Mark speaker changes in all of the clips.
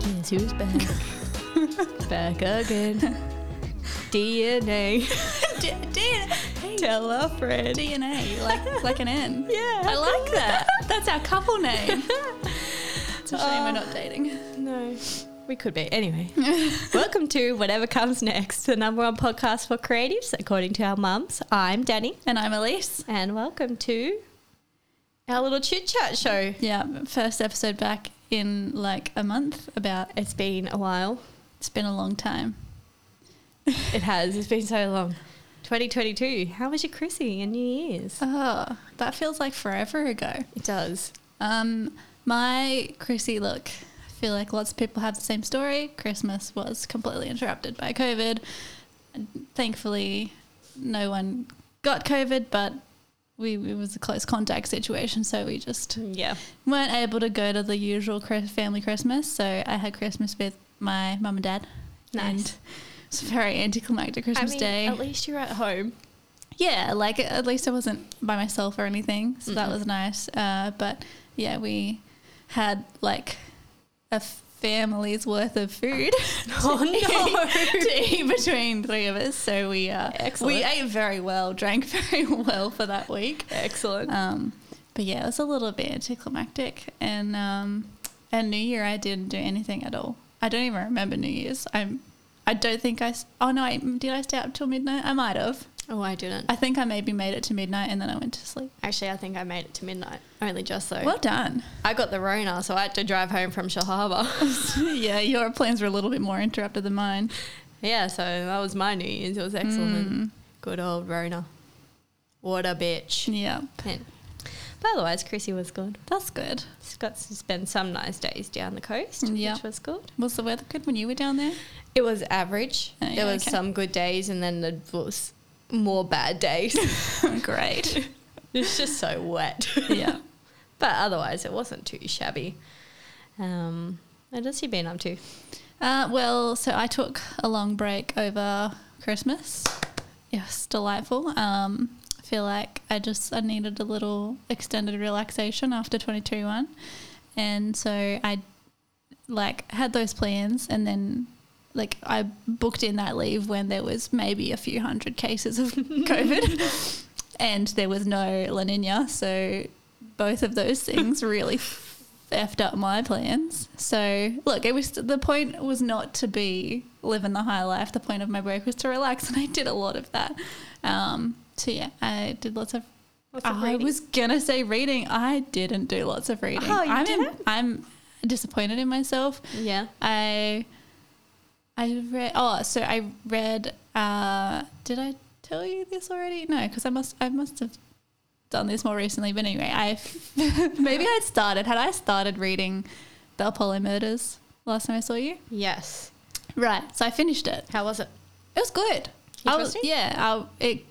Speaker 1: Guess who's back? back again. DNA.
Speaker 2: D- DNA.
Speaker 1: Tell a friend.
Speaker 2: DNA, like like an N.
Speaker 1: Yeah.
Speaker 2: I like that. That's our couple name. It's a shame
Speaker 1: Oh.
Speaker 2: we're not dating.
Speaker 1: No. We could be. Anyway, welcome to Whatever Comes Next, the number one podcast for creatives, according to our mums. I'm Danny,
Speaker 2: And I'm Elise.
Speaker 1: and welcome to our little chit chat show.
Speaker 2: Yeah, first episode back in like a month. About
Speaker 1: It's been a while.
Speaker 2: it's been a long time.
Speaker 1: It has. It's been so long. 2022. How was your Chrissy and New Year's?
Speaker 2: Oh, that feels like forever ago.
Speaker 1: It does.
Speaker 2: Um, my Chrissy look. I feel like lots of people have the same story. Christmas was completely interrupted by COVID. Thankfully, no one got COVID, but we it was a close contact situation, so we just
Speaker 1: Mm, Yeah.
Speaker 2: weren't able to go to the usual Chris- family Christmas. So I had Christmas with my mum and dad.
Speaker 1: Nice.
Speaker 2: And it's a very anticlimactic Christmas Day.
Speaker 1: At least you're at home.
Speaker 2: Yeah, like at least I wasn't by myself or anything, so
Speaker 1: Mm-hmm.
Speaker 2: that was nice. Uh, but yeah, we had like a family's worth of food
Speaker 1: Oh
Speaker 2: to eat between three of us. So we uh,
Speaker 1: Excellent.
Speaker 2: we ate very well, drank very well for that week.
Speaker 1: Excellent.
Speaker 2: Um, but yeah, it was a little bit anticlimactic, and um, and New Year I didn't do anything at all. I don't even remember New Year's. I'm. I don't think I. s- Oh no! I, did I stay up till midnight? I might have.
Speaker 1: oh, I didn't.
Speaker 2: I think I maybe made it to midnight and then I went to sleep.
Speaker 1: Actually, I think I made it to midnight. Only just though.
Speaker 2: Well done.
Speaker 1: I got the Rona, so I had to drive home from Shahaba.
Speaker 2: yeah, your plans were a little bit more interrupted than mine.
Speaker 1: yeah, so that was my New Year's. It was excellent.
Speaker 2: Mm.
Speaker 1: Good old Rona. What a bitch.
Speaker 2: Yeah,
Speaker 1: Man. But otherwise, Chrissy was good.
Speaker 2: that's good.
Speaker 1: She's got to spend some nice days down the coast,
Speaker 2: Mm, Yeah.
Speaker 1: which was good.
Speaker 2: Was the weather good when you were down there?
Speaker 1: It was average.
Speaker 2: Oh, yeah,
Speaker 1: there was
Speaker 2: okay.
Speaker 1: some good days, and then there was more bad days.
Speaker 2: Great.
Speaker 1: it's just so wet.
Speaker 2: yeah.
Speaker 1: But otherwise, it wasn't too shabby. Um, what has she been up to?
Speaker 2: Uh, well, so I took a long break over Christmas. It was delightful. Um, I feel like I just I needed a little extended relaxation after 22-1. And so I like had those plans and then like I booked in that leave when there was maybe a few hundred cases of COVID and there was no La Nina. So both of those things really effed up my plans. So look, it was the point was not to be living the high life. The point of my break was to relax, and I did a lot of that. Um, so yeah, I did lots of.
Speaker 1: Lots of
Speaker 2: I
Speaker 1: reading?
Speaker 2: was gonna say reading. I didn't do lots of reading.
Speaker 1: Oh, you
Speaker 2: I'm
Speaker 1: didn't?
Speaker 2: I'm disappointed in myself.
Speaker 1: Yeah.
Speaker 2: I I read. Oh, so I read. Uh, did I tell you this already? No, because I must. I must have done this more recently. But anyway, I maybe I'd started. Had I started reading the Apollo Murders last time I saw you?
Speaker 1: Yes.
Speaker 2: Right. So I finished it.
Speaker 1: How was it?
Speaker 2: It was good. I was,
Speaker 1: Interesting.
Speaker 2: yeah, I, it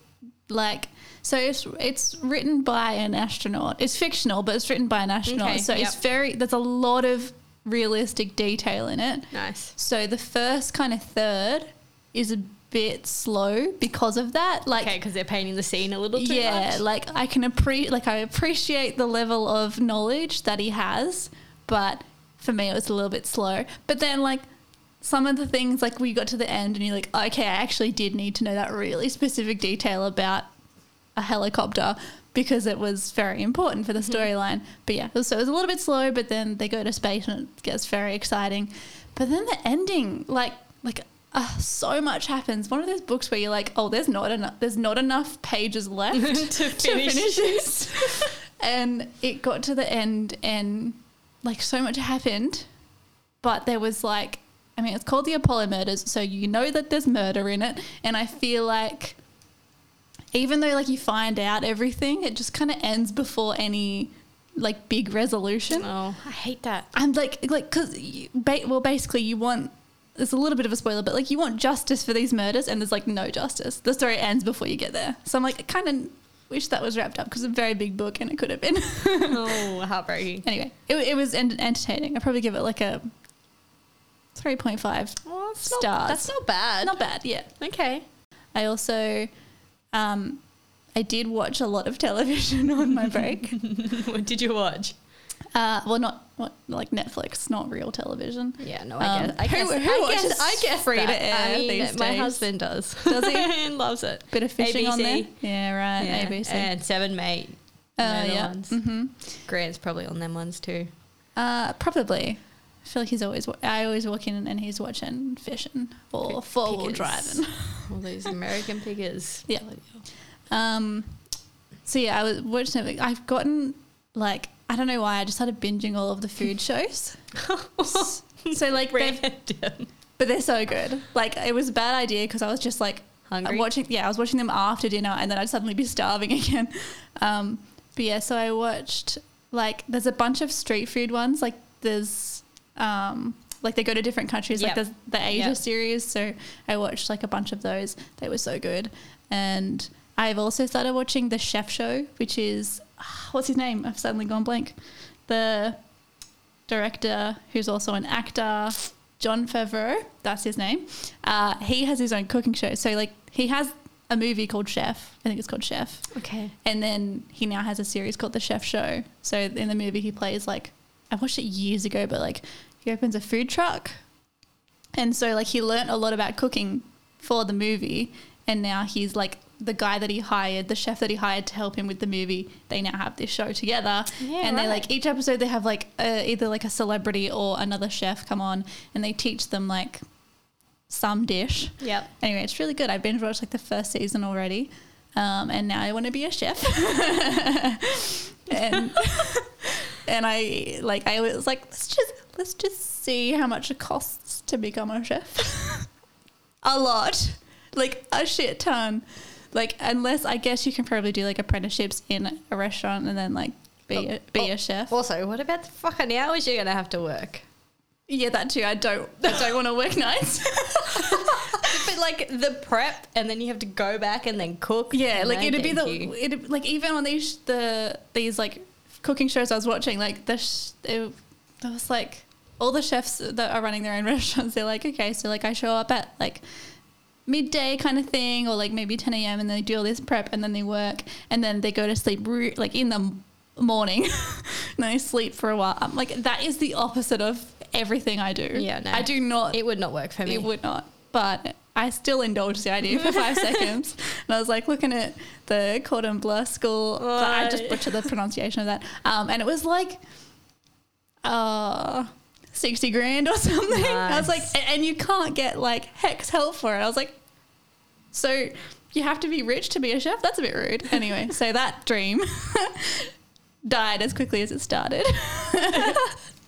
Speaker 2: like so it's it's written by an astronaut. It's fictional, but it's written by an astronaut.
Speaker 1: Okay,
Speaker 2: so it's
Speaker 1: yep.
Speaker 2: very there's a lot of realistic detail in it.
Speaker 1: Nice.
Speaker 2: So the first kind of third is a bit slow because of that. Like
Speaker 1: Okay, because they're painting the scene a little too
Speaker 2: yeah,
Speaker 1: much.
Speaker 2: like I can appreciate, like I appreciate the level of knowledge that he has, but for me it was a little bit slow. But then like some of the things, like we got to the end and you're like, okay, I actually did need to know that really specific detail about a helicopter because it was very important for the storyline. But yeah, so it was a little bit slow, but then they go to space and it gets very exciting. But then the ending, like like uh, so much happens. One of those books where you're like, oh, there's not enough there's not enough pages left
Speaker 1: to finish.
Speaker 2: this. and it got to the end, and like so much happened, but there was like, I mean, it's called the Apollo murders, so you know that there's murder in it. And I feel like even though like you find out everything, it just kind of ends before any like big resolution.
Speaker 1: Oh, I hate that.
Speaker 2: I'm like, like, cause, you, ba- well, basically, you want. It's a little bit of a spoiler, but like, you want justice for these murders, and there's like no justice. The story ends before you get there. So I'm like, I kind of wish that was wrapped up because it's a very big book, and it could have been.
Speaker 1: oh, heartbreaking.
Speaker 2: anyway, it, it was en- entertaining. I would probably give it like a three point five.
Speaker 1: Oh, that's Not,
Speaker 2: Stars.
Speaker 1: that's not bad.
Speaker 2: Not bad, yeah.
Speaker 1: Okay.
Speaker 2: I also, um, I did watch a lot of television on my break.
Speaker 1: what did you watch?
Speaker 2: Uh, well, not what, like Netflix, not real television.
Speaker 1: Yeah, no,
Speaker 2: Um,
Speaker 1: I guess. I
Speaker 2: who-
Speaker 1: guess,
Speaker 2: who
Speaker 1: I
Speaker 2: watches
Speaker 1: guess, I guess
Speaker 2: free to
Speaker 1: that.
Speaker 2: air
Speaker 1: I mean,
Speaker 2: these
Speaker 1: my
Speaker 2: days?
Speaker 1: husband does.
Speaker 2: Does he?
Speaker 1: and loves it.
Speaker 2: Bit of fishing on there.
Speaker 1: ABC.
Speaker 2: Yeah, right.
Speaker 1: Yeah,
Speaker 2: ABC.
Speaker 1: and Seven Mate.
Speaker 2: Oh,
Speaker 1: and other
Speaker 2: yeah.
Speaker 1: ones.
Speaker 2: hmm
Speaker 1: Grant's probably on them ones too.
Speaker 2: Uh, probably. I feel like he's always. wa- I always walk in and he's watching fishing or
Speaker 1: Pick-
Speaker 2: four wheel
Speaker 1: pickers.
Speaker 2: driving.
Speaker 1: All these American pickers.
Speaker 2: Yeah. Um, so yeah, I was watching it. I've gotten like I don't know why. I just started binging all of the food shows. so like, they've-
Speaker 1: Random.
Speaker 2: but they're so good. Like it was a bad idea because I was just like
Speaker 1: Hungry.
Speaker 2: watching. Yeah, I was watching them after dinner, and then I'd suddenly be starving again. Um, but yeah, so I watched like there's a bunch of street food ones. Like there's um, like they go to different countries.
Speaker 1: Yep.
Speaker 2: Like there's the Asia
Speaker 1: Yep.
Speaker 2: series. So I watched like a bunch of those. They were so good. And I've also started watching the Chef Show, which is ah, what's his name? I've suddenly gone blank. The director who's also an actor, John Favreau, that's his name. Uh, he has his own cooking show. So, like, he has a movie called Chef. I think it's called Chef.
Speaker 1: okay.
Speaker 2: And then he now has a series called The Chef Show. So, in the movie, he plays like, I watched it years ago, but like, he opens a food truck. And so, like, he learnt a lot about cooking for the movie. And now he's like, the guy that he hired, the chef that he hired to help him with the movie, they now have this show together
Speaker 1: Yeah,
Speaker 2: and they
Speaker 1: right.
Speaker 2: like each episode they have like uh, either like a celebrity or another chef come on and they teach them like some dish
Speaker 1: Yep.
Speaker 2: anyway it's really good i've binge watched like the first season already um, and now i want to be a chef and and i like i was like let's just let's just see how much it costs to become a chef a lot like a shit ton like unless i guess you can probably do like apprenticeships in a restaurant and then like be a, be a chef
Speaker 1: Also, what about the fucking hours you're gonna have to work?
Speaker 2: yeah that too i don't i don't want to work nights
Speaker 1: But like the prep, and then you have to go back and then cook.
Speaker 2: Yeah, like
Speaker 1: No,
Speaker 2: it'd be
Speaker 1: thank
Speaker 2: the
Speaker 1: you.
Speaker 2: it'd, like even on these the these like cooking shows I was watching, like the sh- it, there was like all the chefs that are running their own restaurants. They're like, okay, so like I show up at like midday kind of thing, or like maybe ten a.m. and they do all this prep and then they work and then they go to sleep re- like in the m- morning and they sleep for a while. I'm like that is the opposite of everything I do.
Speaker 1: Yeah, no.
Speaker 2: I do not
Speaker 1: It would not work for me.
Speaker 2: it would not. But I still indulged the idea for five seconds. And I was like looking at the Cordon Bleu school. but I just
Speaker 1: Right.
Speaker 2: butchered the pronunciation of that. Um, and it was like uh, 60 grand or something. I was like,
Speaker 1: Nice.
Speaker 2: a- and you can't get like hex help for it. I was like, so you have to be rich to be a chef? That's a bit rude. Anyway, so that dream died as quickly as it started.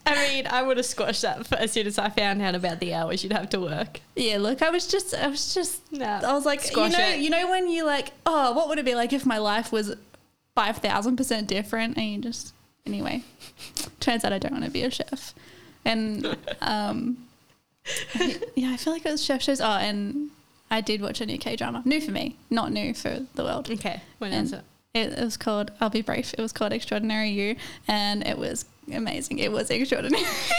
Speaker 1: I mean, I would have squashed that for, as soon as I found out about the hours you'd have to work.
Speaker 2: Yeah, look, I was just, I was just,
Speaker 1: No.
Speaker 2: I was like,
Speaker 1: Squash
Speaker 2: you know,
Speaker 1: it.
Speaker 2: you know, when you like, oh, what would it be like if my life was five thousand percent different? And you just, anyway, turns out I don't want to be a chef, and um, I- yeah, I feel like it was chef shows. Oh, and I did watch a new K drama, new for me, not new for the world.
Speaker 1: Okay, when
Speaker 2: And-
Speaker 1: is it?
Speaker 2: It, it was called, I'll be brief. It was called Extraordinary You, and it was amazing. It was extraordinary.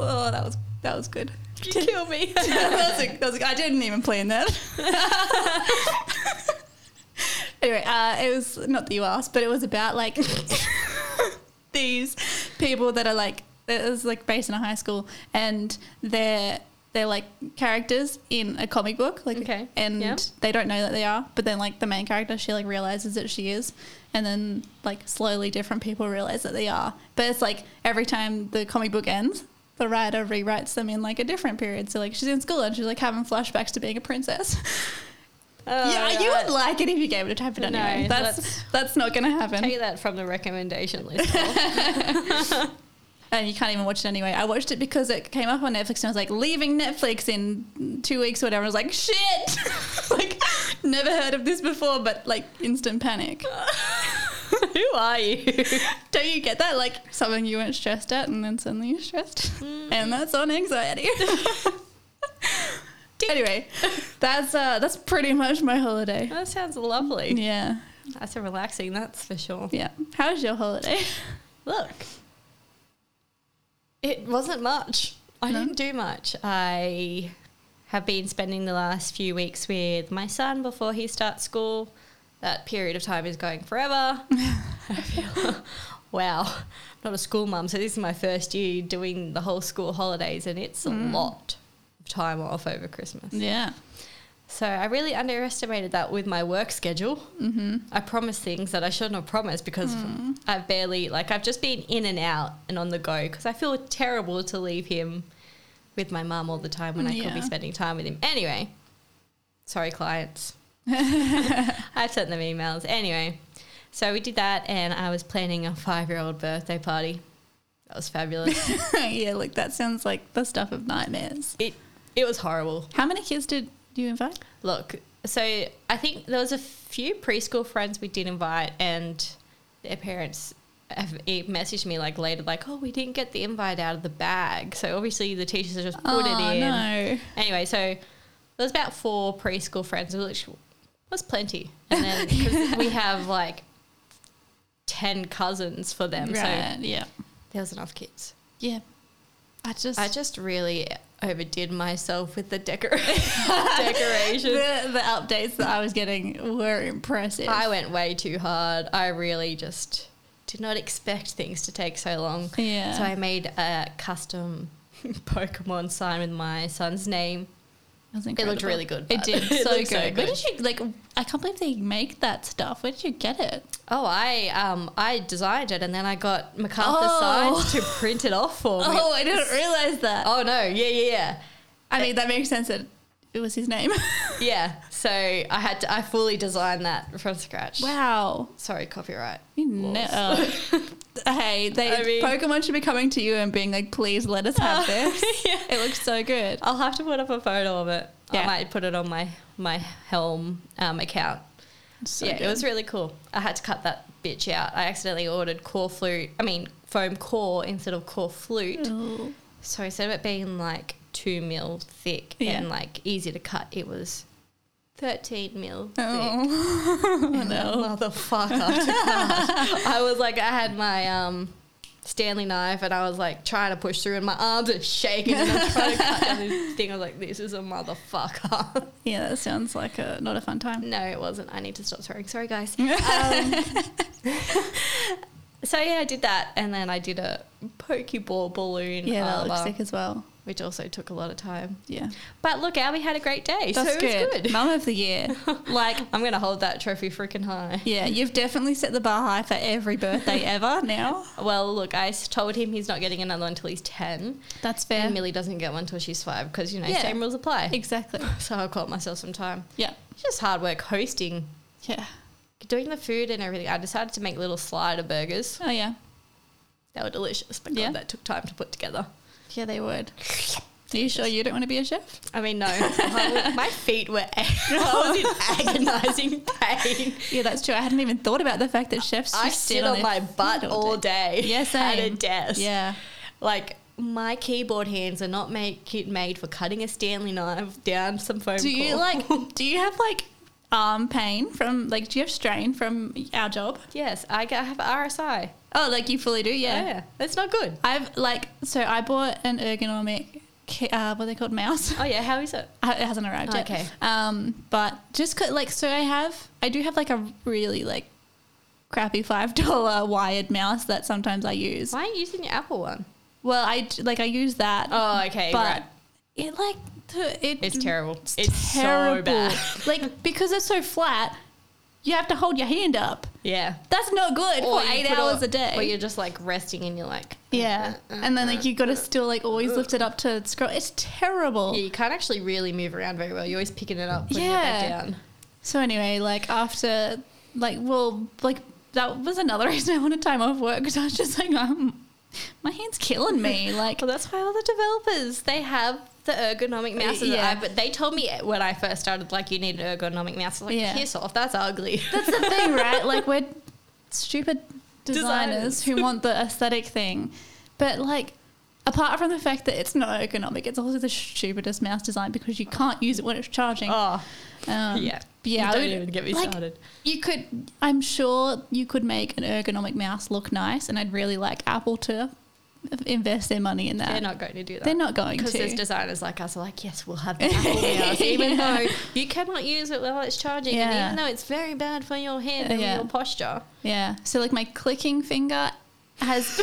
Speaker 2: oh, that was that was good.
Speaker 1: You kill me.
Speaker 2: that was a, that was a, I didn't even plan that. anyway, uh, it was not that you asked, but it was about like these people that are like it was like based in a high school, and they're they're like characters in a comic book, like
Speaker 1: Okay,
Speaker 2: and
Speaker 1: yeah.
Speaker 2: they don't know that they are, but then like the main character, she like realizes that she is, and then like slowly different people realize that they are. But it's like every time the comic book ends, the writer rewrites them in like a different period. So like she's in school and she's like having flashbacks to being a princess. Oh, yeah,
Speaker 1: Uh,
Speaker 2: you would like it if you gave it a try, but
Speaker 1: No,
Speaker 2: anyway, that's
Speaker 1: that's-
Speaker 2: that's, not gonna happen.
Speaker 1: Take that from the recommendation list.
Speaker 2: and you can't even watch it anyway. I watched it because it came up on Netflix and I was like, leaving Netflix in two weeks or whatever. I was like, shit! like, never heard of this before, but like instant panic.
Speaker 1: Who are you?
Speaker 2: Don't you get that? Like something you weren't stressed at and then suddenly you're stressed. And that's on anxiety. anyway, that's uh, that's pretty much my holiday.
Speaker 1: That sounds lovely.
Speaker 2: Yeah.
Speaker 1: That's a relaxing, that's for sure.
Speaker 2: Yeah. How was your holiday?
Speaker 1: Look, it wasn't much. I
Speaker 2: No?
Speaker 1: didn't do much. I have been spending the last few weeks with my son before he starts school. that period of time is going forever. I feel, wow, I'm not a school mum, so this is my first year doing the whole school holidays, and it's a lot of time off over Christmas.
Speaker 2: Yeah.
Speaker 1: So I really underestimated that with my work schedule. Mm-hmm. I promised things that I shouldn't have promised because I've barely, like, I've just been in and out and on the go because I feel terrible to leave him with my mum all the time when I could
Speaker 2: Yeah.
Speaker 1: be spending time with him. Anyway, sorry, clients. I've sent them emails. Anyway, so we did that and I was planning a five year old birthday party. That was fabulous.
Speaker 2: yeah, look, that sounds like the stuff of nightmares.
Speaker 1: it, it was horrible.
Speaker 2: How many kids did you invite?
Speaker 1: Look, so I think there was a few preschool friends we did invite, and their parents have e- messaged me like later, like, "Oh, we didn't get the invite out of the bag." So obviously the teachers have just put
Speaker 2: Oh,
Speaker 1: it in.
Speaker 2: no.
Speaker 1: Anyway, so there was about four preschool friends, which was plenty, and then 'cause we have like ten cousins for them, Um, so
Speaker 2: Right, yeah.
Speaker 1: there was enough kids.
Speaker 2: Yeah. I just,
Speaker 1: I just really overdid myself with the decor- decorations.
Speaker 2: the, the updates that I was getting were impressive.
Speaker 1: I went way too hard. I really just did not expect things to take so long.
Speaker 2: yeah.
Speaker 1: So I made a custom Pokemon sign with my son's name.
Speaker 2: It was
Speaker 1: It
Speaker 2: incredible.
Speaker 1: looked really good.
Speaker 2: It
Speaker 1: but-
Speaker 2: did so,
Speaker 1: looked
Speaker 2: good. Where did you like? I can't believe they make that stuff. Where did you get it?
Speaker 1: Oh, I um I designed it and then I got MacArthur
Speaker 2: Oh.
Speaker 1: Signs to print it off for me.
Speaker 2: Oh, I didn't realize that.
Speaker 1: Oh, no, yeah, yeah, yeah.
Speaker 2: I mean, that makes sense. That it was his name.
Speaker 1: Yeah. So I had to I fully designed that from scratch.
Speaker 2: wow.
Speaker 1: Sorry, copyright.
Speaker 2: You
Speaker 1: laws.
Speaker 2: know. uh, hey, they,
Speaker 1: I mean-
Speaker 2: Pokemon should be coming to you and being like, please let us have this.
Speaker 1: yeah.
Speaker 2: It looks so good.
Speaker 1: I'll have to put up a photo of it. I
Speaker 2: Yeah.
Speaker 1: might put it on my my Helm um, account.
Speaker 2: So
Speaker 1: yeah, it was really cool. I had to cut that bitch out. I accidentally ordered core flute. I mean foam core instead of core flute.
Speaker 2: Ooh.
Speaker 1: So instead of it being like two mil thick
Speaker 2: Yeah.
Speaker 1: and like easy to cut, it was thirteen mil thick.
Speaker 2: Oh.
Speaker 1: And that Motherfucker. took that. I was like, I had my um, Stanley knife and I was like trying to push through and my arms are shaking and I'm trying to cut down this thing. I was like, this is a motherfucker.
Speaker 2: yeah, that sounds like a not a fun time.
Speaker 1: no, it wasn't. I need to stop swearing. Sorry, guys. Um, so yeah, I did that and then I did a Pokeball balloon
Speaker 2: Yeah, that looks
Speaker 1: armor,
Speaker 2: sick as well.
Speaker 1: which also took a lot of time.
Speaker 2: Yeah,
Speaker 1: But look out, we had a great day.
Speaker 2: that's
Speaker 1: so it
Speaker 2: good.
Speaker 1: was good.
Speaker 2: Mum of the year. like
Speaker 1: I'm going to hold that trophy freaking high.
Speaker 2: Yeah, you've definitely set the bar high for every birthday ever now.
Speaker 1: Well, look, I s- told him he's not getting another one until he's 10.
Speaker 2: That's
Speaker 1: And Millie doesn't get one until she's five because, you know,
Speaker 2: Yeah.
Speaker 1: same rules apply.
Speaker 2: Exactly.
Speaker 1: So I caught myself some time.
Speaker 2: Yeah.
Speaker 1: It's just hard work hosting,
Speaker 2: Yeah.
Speaker 1: doing the food and everything. I decided to make little slider burgers.
Speaker 2: Oh, yeah.
Speaker 1: They were delicious, but
Speaker 2: Yeah.
Speaker 1: God, that took time to put together.
Speaker 2: Yeah, they would. Are you sure you don't want to be a chef?
Speaker 1: I mean, no, I was- my feet were, ag- I was in agonizing pain.
Speaker 2: Yeah, that's true. I hadn't even thought about the fact that chefs
Speaker 1: I
Speaker 2: just sit
Speaker 1: sit on
Speaker 2: their
Speaker 1: my
Speaker 2: feet
Speaker 1: butt all day,
Speaker 2: Yeah,
Speaker 1: at a
Speaker 2: same.
Speaker 1: desk.
Speaker 2: Yeah.
Speaker 1: Like, my keyboard hands are not make, made for cutting a Stanley knife down some foam
Speaker 2: Do you
Speaker 1: core.
Speaker 2: like? Do you have like arm pain from like? Do you have strain from our job?
Speaker 1: Yes, I g- I have RSI.
Speaker 2: Oh, like you fully do.
Speaker 1: Yeah.
Speaker 2: Yeah.
Speaker 1: that's not good.
Speaker 2: I've like so I bought an ergonomic. ca- Uh, what are they called? Mouse.
Speaker 1: Oh yeah, how is it?
Speaker 2: Uh, It hasn't arrived yet.
Speaker 1: Okay.
Speaker 2: Um, but just 'cause- like so, I have I do have like a really like crappy five dollar wired mouse that sometimes I use.
Speaker 1: Why are you using your Apple one?
Speaker 2: Well, I d- like I use that,
Speaker 1: Oh, okay,
Speaker 2: but
Speaker 1: right.
Speaker 2: it like t- it
Speaker 1: It's terrible. It's, so
Speaker 2: terrible.
Speaker 1: bad.
Speaker 2: like because it's so flat, you have to hold your hand up.
Speaker 1: Yeah.
Speaker 2: That's not good for
Speaker 1: you
Speaker 2: eight
Speaker 1: put
Speaker 2: hours
Speaker 1: all-
Speaker 2: a day.
Speaker 1: Or you're just like resting and you're like, uh,
Speaker 2: yeah, and then like you got to still like always lift it up to scroll. It's terrible.
Speaker 1: yeah, you can't actually really move around very well. You're always picking it up, putting it
Speaker 2: Yeah.
Speaker 1: back down.
Speaker 2: So anyway, like after, like well, like that was another reason I wanted time off work because I was just like, um, my hand's killing me. Like,
Speaker 1: Well, that's why all the developers they have the ergonomic mouse.
Speaker 2: yeah.
Speaker 1: Uh, Yeah. But they told me when I first started, like, you need an ergonomic mouse. I was like,
Speaker 2: Yeah.
Speaker 1: piss off, that's ugly.
Speaker 2: that's the thing, right? Like we're stupid designers
Speaker 1: Designers.
Speaker 2: who want the aesthetic thing, but like. Apart from the fact that it's not ergonomic, it's also the stupidest mouse design because you can't use it when it's charging.
Speaker 1: oh,
Speaker 2: Um,
Speaker 1: yeah.
Speaker 2: yeah. I
Speaker 1: Don't
Speaker 2: would-
Speaker 1: even get me
Speaker 2: like,
Speaker 1: started.
Speaker 2: You could, I'm sure you could make an ergonomic mouse look nice, and I'd really like Apple to invest their money in that.
Speaker 1: They're not going to do that.
Speaker 2: They're not going
Speaker 1: because
Speaker 2: to.
Speaker 1: there's designers like us who are like, yes, we'll have the Apple Mouse, even
Speaker 2: Yeah.
Speaker 1: though you cannot use it while it's charging,
Speaker 2: Yeah.
Speaker 1: and even though it's very bad for your hand and
Speaker 2: Yeah.
Speaker 1: your posture.
Speaker 2: Yeah. So like my clicking finger has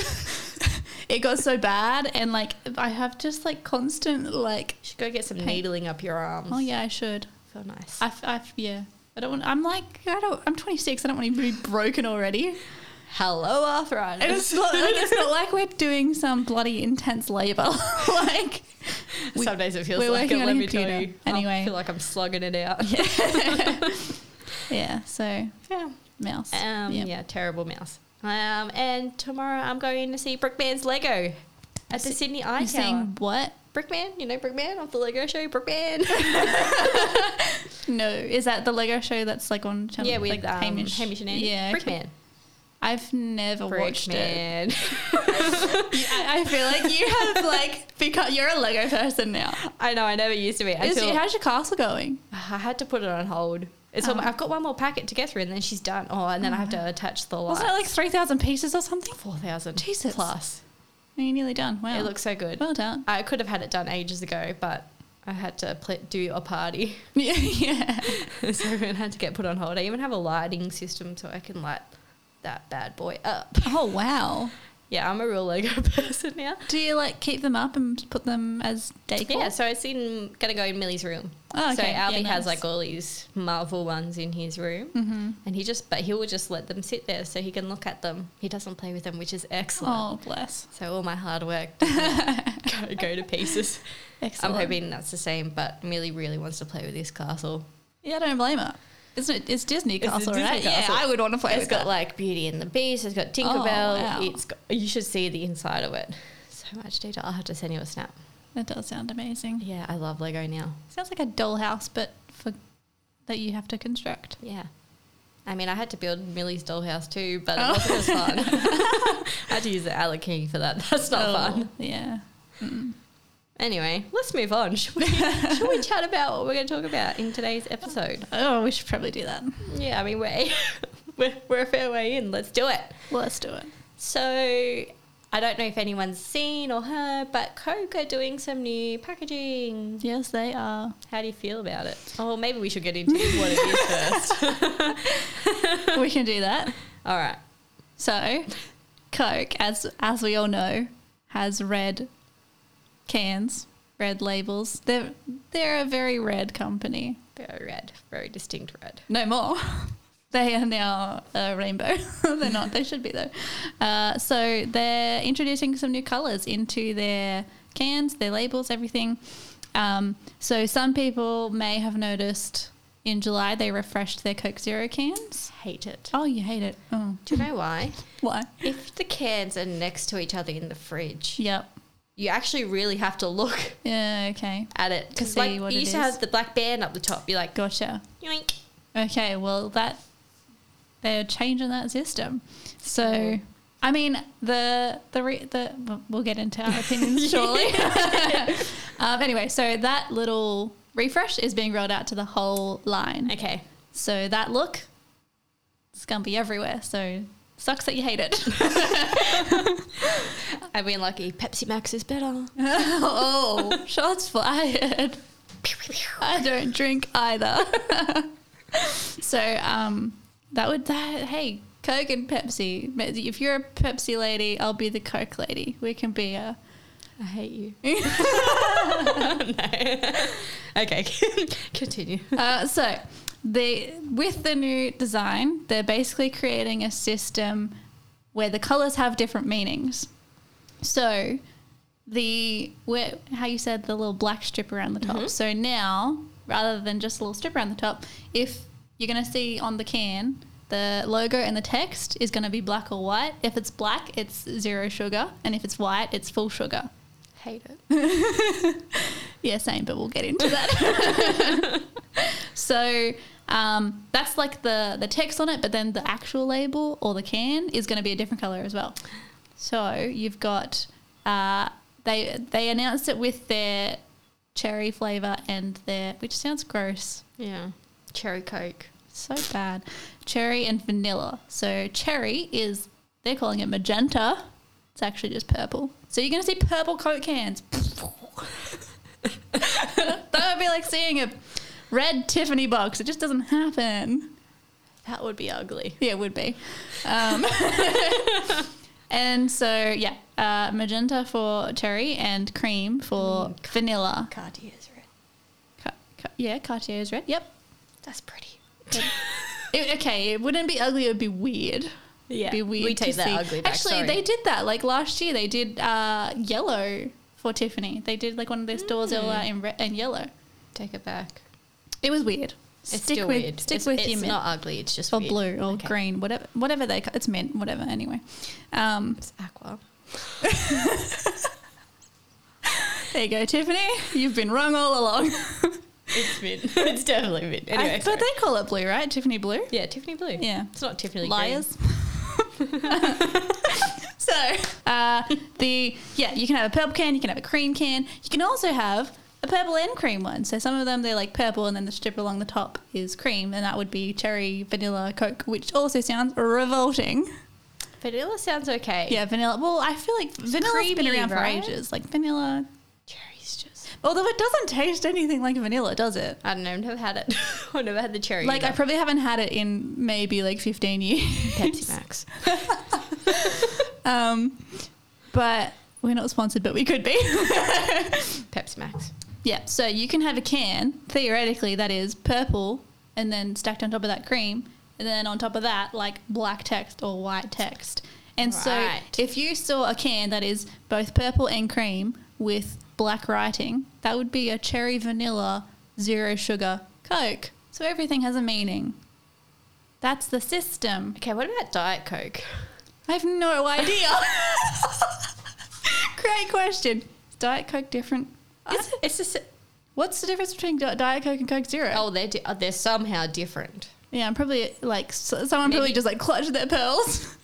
Speaker 2: it got so bad and like I have just like constant like
Speaker 1: You should go get some needling up your arms.
Speaker 2: oh yeah I should
Speaker 1: feel nice.
Speaker 2: I, f- I f- yeah I don't want I'm like I don't I'm 26 I don't want to be broken already
Speaker 1: Hello, arthritis.
Speaker 2: and it's not like it's not like we're doing some bloody intense labor like we-
Speaker 1: Some days it feels
Speaker 2: we're
Speaker 1: like it.
Speaker 2: working on
Speaker 1: Let
Speaker 2: a
Speaker 1: me tell
Speaker 2: computer.
Speaker 1: you.
Speaker 2: Anyway.
Speaker 1: I feel like I'm slugging it out.
Speaker 2: yeah so
Speaker 1: Yeah.
Speaker 2: mouse
Speaker 1: Um,
Speaker 2: Yep.
Speaker 1: Yeah, terrible mouse. Um, and tomorrow I'm going to see Brickman's Lego at the
Speaker 2: See-
Speaker 1: Sydney Eye
Speaker 2: you
Speaker 1: Tower.
Speaker 2: saying what
Speaker 1: Brickman, you know Brickman off the Lego show, Brickman.
Speaker 2: no is that the Lego show that's like on channel
Speaker 1: yeah, with
Speaker 2: like
Speaker 1: um, Hamish. and Andy.
Speaker 2: yeah okay.
Speaker 1: Brickman.
Speaker 2: I've never watched it
Speaker 1: Brickman.
Speaker 2: I I feel like you have like become you're a Lego person now.
Speaker 1: I know, I never used to be.
Speaker 2: Is-
Speaker 1: Until
Speaker 2: how's your castle going?
Speaker 1: I had to put it on hold. It's on,
Speaker 2: Oh.
Speaker 1: I've got one more packet to get through, and then she's done. Oh, and then I have to attach the light.
Speaker 2: Wasn't it like three thousand pieces or something?
Speaker 1: four thousand?
Speaker 2: Jesus.
Speaker 1: plus.
Speaker 2: No, you're nearly done. Wow,
Speaker 1: It looks so good.
Speaker 2: well done.
Speaker 1: I could have had it done ages ago, but I had to pl- do a party.
Speaker 2: Yeah, yeah.
Speaker 1: so it had to get put on hold. I even have a lighting system so I can light that bad boy up.
Speaker 2: Oh wow.
Speaker 1: Yeah, I'm a real Lego person now.
Speaker 2: Do you like keep them up and put them as decor?
Speaker 1: Yeah, so it's in gonna go in Millie's room.
Speaker 2: Oh,
Speaker 1: So
Speaker 2: okay. Yeah,
Speaker 1: Albie has
Speaker 2: nice.
Speaker 1: like all these Marvel ones in his room, mm-hmm. and he just but he will just let them sit there so he can look at them. He doesn't play with them, which is excellent.
Speaker 2: Oh bless.
Speaker 1: So all my hard work doesn't go, go to pieces.
Speaker 2: Excellent.
Speaker 1: I'm hoping that's the same, but Millie really wants to play with this castle.
Speaker 2: Yeah, I don't blame her. Isn't it? It's Disney
Speaker 1: It's a
Speaker 2: Castle,
Speaker 1: Disney
Speaker 2: right?
Speaker 1: castle.
Speaker 2: Yeah, I would want to play
Speaker 1: It's
Speaker 2: with
Speaker 1: got
Speaker 2: that.
Speaker 1: like Beauty and the Beast. It's got Tinkerbell.
Speaker 2: Oh, wow.
Speaker 1: It's got, you should see the inside of it. So much detail. I'll have to send you a snap.
Speaker 2: That does sound amazing.
Speaker 1: Yeah, I love Lego now.
Speaker 2: Sounds like a dollhouse, but for that you have to construct.
Speaker 1: Yeah. I mean, I had to build Millie's dollhouse too, but it
Speaker 2: Oh.
Speaker 1: wasn't as fun. I had to use the Alec King for that. That's not
Speaker 2: Oh,
Speaker 1: fun.
Speaker 2: Yeah.
Speaker 1: Anyway, let's move on. Should we, should we chat about what we're going to talk about in today's episode?
Speaker 2: Oh, we should probably do that.
Speaker 1: Yeah, I mean, we're, we're, we're a fair way in. Let's do it.
Speaker 2: Let's do it.
Speaker 1: So I don't know if anyone's seen or heard, but Coke are doing some new packaging.
Speaker 2: Yes, they are.
Speaker 1: How do you feel about it? Oh, maybe we should get into what it is first.
Speaker 2: we can do that.
Speaker 1: All right.
Speaker 2: So, Coke, as as we all know, has red cans, red labels. They're they're a very red company.
Speaker 1: Very red, very distinct red.
Speaker 2: No more. They are now a rainbow. they're not. They should be though. Uh, so they're introducing some new colors into their cans, their labels, everything. Um, so some people may have noticed in July they refreshed their Coke Zero cans.
Speaker 1: Hate it.
Speaker 2: Oh, you hate it. Oh,
Speaker 1: Do you know why?
Speaker 2: why?
Speaker 1: If the cans are next to each other in the fridge,
Speaker 2: Yep.
Speaker 1: you actually really have to look
Speaker 2: Yeah. Okay.
Speaker 1: at it
Speaker 2: To
Speaker 1: because
Speaker 2: see
Speaker 1: like you
Speaker 2: what it
Speaker 1: used to
Speaker 2: is.
Speaker 1: have the black band up the top. You're like,
Speaker 2: Gotcha.
Speaker 1: yoink.
Speaker 2: Okay. Well, that they're changing that system. So, I mean, the the re, the well, we'll get into our opinions shortly. um, anyway, so that little refresh is being rolled out to the whole line.
Speaker 1: Okay.
Speaker 2: So that look, it's gonna be everywhere. So sucks that you hate it.
Speaker 1: I've been lucky. Pepsi Max is better.
Speaker 2: oh, shots fired. I don't drink either. so um, that would that hey Coke and Pepsi. If you're a Pepsi lady, I'll be the Coke lady. We can be a
Speaker 1: I hate you. Okay, continue.
Speaker 2: uh, so they with the new design, they're basically creating a system where the colors have different meanings. So the where how you said the little black strip around the top. So now rather than just a little strip around the top, if you're gonna see on the can the logo and the text is going to be black or white. If it's black, it's zero sugar, and if it's white, it's full sugar.
Speaker 1: Hate it.
Speaker 2: Yeah, same, but we'll get into that. so um, that's like the the text on it, but then the actual label or the can is going to be a different color as well. So you've got uh, they they announced it with their cherry flavor and their which sounds gross,
Speaker 1: Yeah. Cherry Coke.
Speaker 2: so bad, cherry and vanilla. So cherry is they're calling it magenta. It's actually just purple. So you're going to see purple Coke cans. that would be like seeing a red Tiffany box. It just doesn't happen.
Speaker 1: That would be ugly.
Speaker 2: Yeah, it would be. Um, and so, yeah, uh, magenta for cherry and cream for vanilla.
Speaker 1: Cartier's red.
Speaker 2: Ca- ca- yeah, Cartier is red. Yep.
Speaker 1: That's pretty.
Speaker 2: It, okay, it wouldn't be ugly. It would be weird.
Speaker 1: Yeah.
Speaker 2: be weird.
Speaker 1: We
Speaker 2: to
Speaker 1: take that
Speaker 2: see.
Speaker 1: ugly back.
Speaker 2: Actually,
Speaker 1: sorry.
Speaker 2: they did that. Like last year, they did uh, yellow for Tiffany. They did like one of their stores all
Speaker 1: Mm.
Speaker 2: out in, re- in yellow.
Speaker 1: take it back.
Speaker 2: It was weird.
Speaker 1: It's
Speaker 2: stick
Speaker 1: still
Speaker 2: with
Speaker 1: weird.
Speaker 2: stick
Speaker 1: it's,
Speaker 2: with
Speaker 1: it's
Speaker 2: your mint
Speaker 1: not ugly. It's just
Speaker 2: or
Speaker 1: weird.
Speaker 2: blue or
Speaker 1: Okay.
Speaker 2: green, whatever whatever they ca- it's mint whatever anyway. Um,
Speaker 1: It's aqua.
Speaker 2: there you go, Tiffany. You've been wrong all along.
Speaker 1: It's mint. it's definitely mint. Anyway,
Speaker 2: I- but they call it blue, right? Tiffany blue.
Speaker 1: yeah, Tiffany blue.
Speaker 2: Yeah.
Speaker 1: It's not Tiffany
Speaker 2: Liars. so uh, the yeah, you can have a purple can, you can have a cream can, you can also have a purple and cream one. So some of them they're like purple, and then the strip along the top is cream, and that would be cherry, vanilla, coke, which also sounds revolting.
Speaker 1: Green. Vanilla sounds okay.
Speaker 2: Yeah, vanilla. Well, I feel like vanilla's been
Speaker 1: creamy,
Speaker 2: around
Speaker 1: right?
Speaker 2: for ages. Like vanilla,
Speaker 1: Cherry's just.
Speaker 2: although it doesn't taste anything like vanilla, does it?
Speaker 1: I don't know. I've never had it. I've never had the cherry.
Speaker 2: Like I
Speaker 1: either.
Speaker 2: probably haven't had it in maybe like fifteen years.
Speaker 1: Pepsi Max.
Speaker 2: Um, but we're not sponsored, but we could be.
Speaker 1: Pepsi Max.
Speaker 2: yeah. So you can have a can theoretically that is purple, and then stacked on top of that cream, and then on top of that like black text or white text. And
Speaker 1: Right.
Speaker 2: so if you saw a can that is both purple and cream with black writing, that would be a cherry vanilla zero sugar Coke. So everything has a meaning. That's the system.
Speaker 1: Okay, what about Diet Coke?
Speaker 2: I have no idea. Great question. Is Diet Coke different? Is it?
Speaker 1: It's just
Speaker 2: What's the difference between Di- Diet Coke and Coke Zero?
Speaker 1: oh, they're di- oh, they're somehow different.
Speaker 2: Yeah, I'm probably like s- someone probably
Speaker 1: Maybe-
Speaker 2: just like clutched their pearls.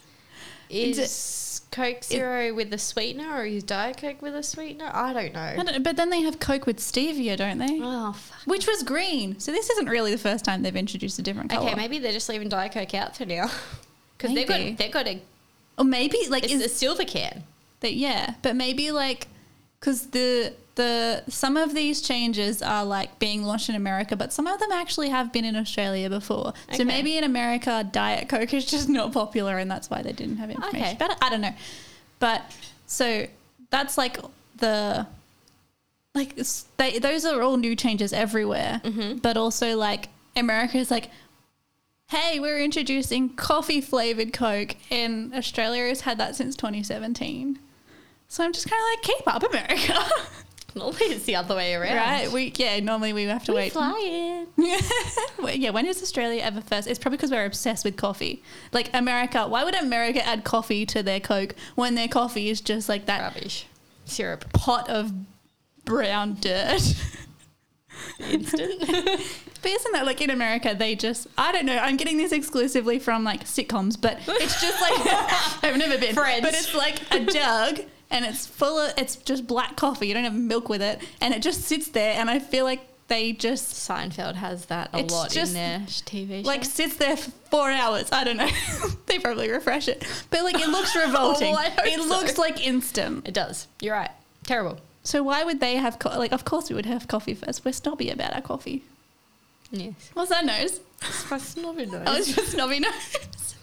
Speaker 1: Is
Speaker 2: Is it-
Speaker 1: Coke Zero with a sweetener or is Diet Coke with a sweetener? I don't know.
Speaker 2: I don't know, but then they have Coke with stevia, don't they?
Speaker 1: oh fuck.
Speaker 2: Which was green. So this isn't really the first time they've introduced a different color.
Speaker 1: Okay, maybe they're just leaving Diet Coke out for now because they
Speaker 2: Maybe.
Speaker 1: got they got a
Speaker 2: or maybe like
Speaker 1: it's
Speaker 2: is
Speaker 1: a silver can.
Speaker 2: That yeah, but maybe like because the the some of these changes are like being launched in America, but some of them actually have been in Australia before.
Speaker 1: Okay.
Speaker 2: So maybe in America, Diet Coke is just not popular, and that's why they didn't have information
Speaker 1: Okay.
Speaker 2: about it. I don't know, but so that's like the like it's- they, those are all new changes everywhere,
Speaker 1: Mm-hmm.
Speaker 2: but also like America is like hey, we're introducing coffee flavored Coke, and Australia has had that since 2017. So I'm just kind of like, keep up, America,
Speaker 1: Normally it's the other way around.
Speaker 2: right? We yeah, normally we have to
Speaker 1: We
Speaker 2: wait.
Speaker 1: flying.
Speaker 2: Wait, yeah, when is Australia ever first? It's probably because we're obsessed with coffee. Like America, why would America add coffee to their Coke when their coffee is just like that
Speaker 1: Rubbish. Syrup.
Speaker 2: pot of brown dirt?
Speaker 1: Instant.
Speaker 2: But isn't that like in America they just I don't know, I'm getting this exclusively from like sitcoms, but it's just like I've never been
Speaker 1: Friends.
Speaker 2: But it's like a jug and it's full of it's just black coffee. You don't have milk with it and it just sits there and I feel like they just
Speaker 1: Seinfeld has that a
Speaker 2: It's
Speaker 1: lot in
Speaker 2: just
Speaker 1: their sh- TV show.
Speaker 2: like sits there for four hours. I don't know. they probably refresh it. But like it looks revolting.
Speaker 1: Oh, I hope
Speaker 2: it
Speaker 1: so.
Speaker 2: looks like instant.
Speaker 1: it does. You're right. Terrible.
Speaker 2: So why would they have co- like of course we would have coffee first. We're snobby about our coffee.
Speaker 1: Yes.
Speaker 2: What's that nose?
Speaker 1: That's not
Speaker 2: I was just snobby nose.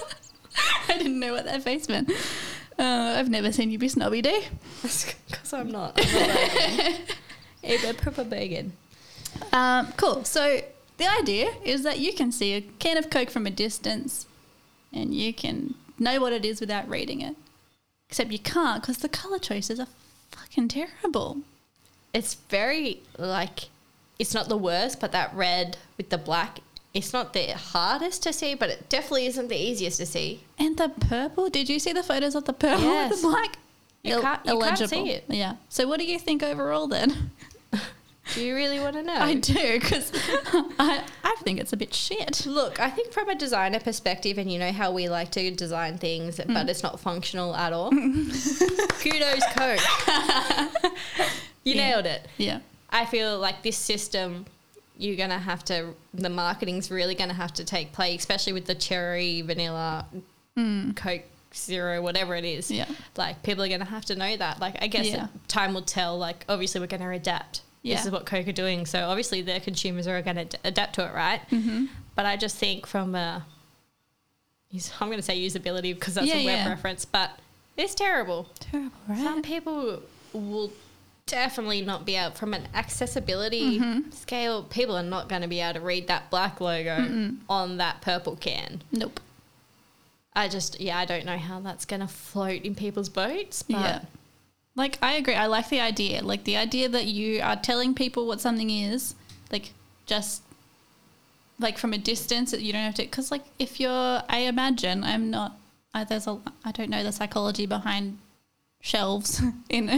Speaker 2: I didn't know what that face meant. Uh, I've never seen you be snobby, do?
Speaker 1: because I'm not. I'm not vegan. Eat a proper vegan.
Speaker 2: Um, cool. So the idea is that you can see a can of Coke from a distance, and you can know what it is without reading it. Except you can't because the color choices are fucking terrible.
Speaker 1: It's very like it's not the worst, but that red with the black, it's not the hardest to see, but it definitely isn't the easiest to see.
Speaker 2: And the purple. Did you see the photos of the purple
Speaker 1: Yes.
Speaker 2: with the black?
Speaker 1: You can't- you can't see it.
Speaker 2: Yeah. So what do you think overall then?
Speaker 1: Do you really want to know?
Speaker 2: I do because I, I think it's a bit shit.
Speaker 1: Look, I think from a designer perspective, and you know how we like to design things, but it's not functional at all. Kudos, Coke. you
Speaker 2: Yeah.
Speaker 1: nailed it.
Speaker 2: Yeah.
Speaker 1: I feel like this system, you're going to have to, the marketing's really going to have to take play, especially with the cherry, vanilla, Coke zero, whatever it is.
Speaker 2: Mm. Yeah.
Speaker 1: Like people are going to have to know that. Like I guess
Speaker 2: Yeah.
Speaker 1: time will tell. Like obviously we're going to adapt.
Speaker 2: Yeah.
Speaker 1: This is what Coke are doing. So obviously their consumers are going to adapt to it, right?
Speaker 2: Mm-hmm.
Speaker 1: But I just think from a, us- I'm going to say usability because that's
Speaker 2: Yeah,
Speaker 1: a web
Speaker 2: yeah.
Speaker 1: reference, but it's terrible.
Speaker 2: Terrible, right?
Speaker 1: Some people will definitely not be able, from an accessibility
Speaker 2: Mm-hmm.
Speaker 1: scale, people are not going to be able to read that black logo on that purple can.
Speaker 2: nope.
Speaker 1: I just, yeah, I don't know how that's going to float in people's boats, but
Speaker 2: yeah. Like I agree. I like the idea. Like the idea that you are telling people what something is, like just like from a distance that you don't have to cuz like if you're I imagine I'm not I, there's a I don't know the psychology behind shelves in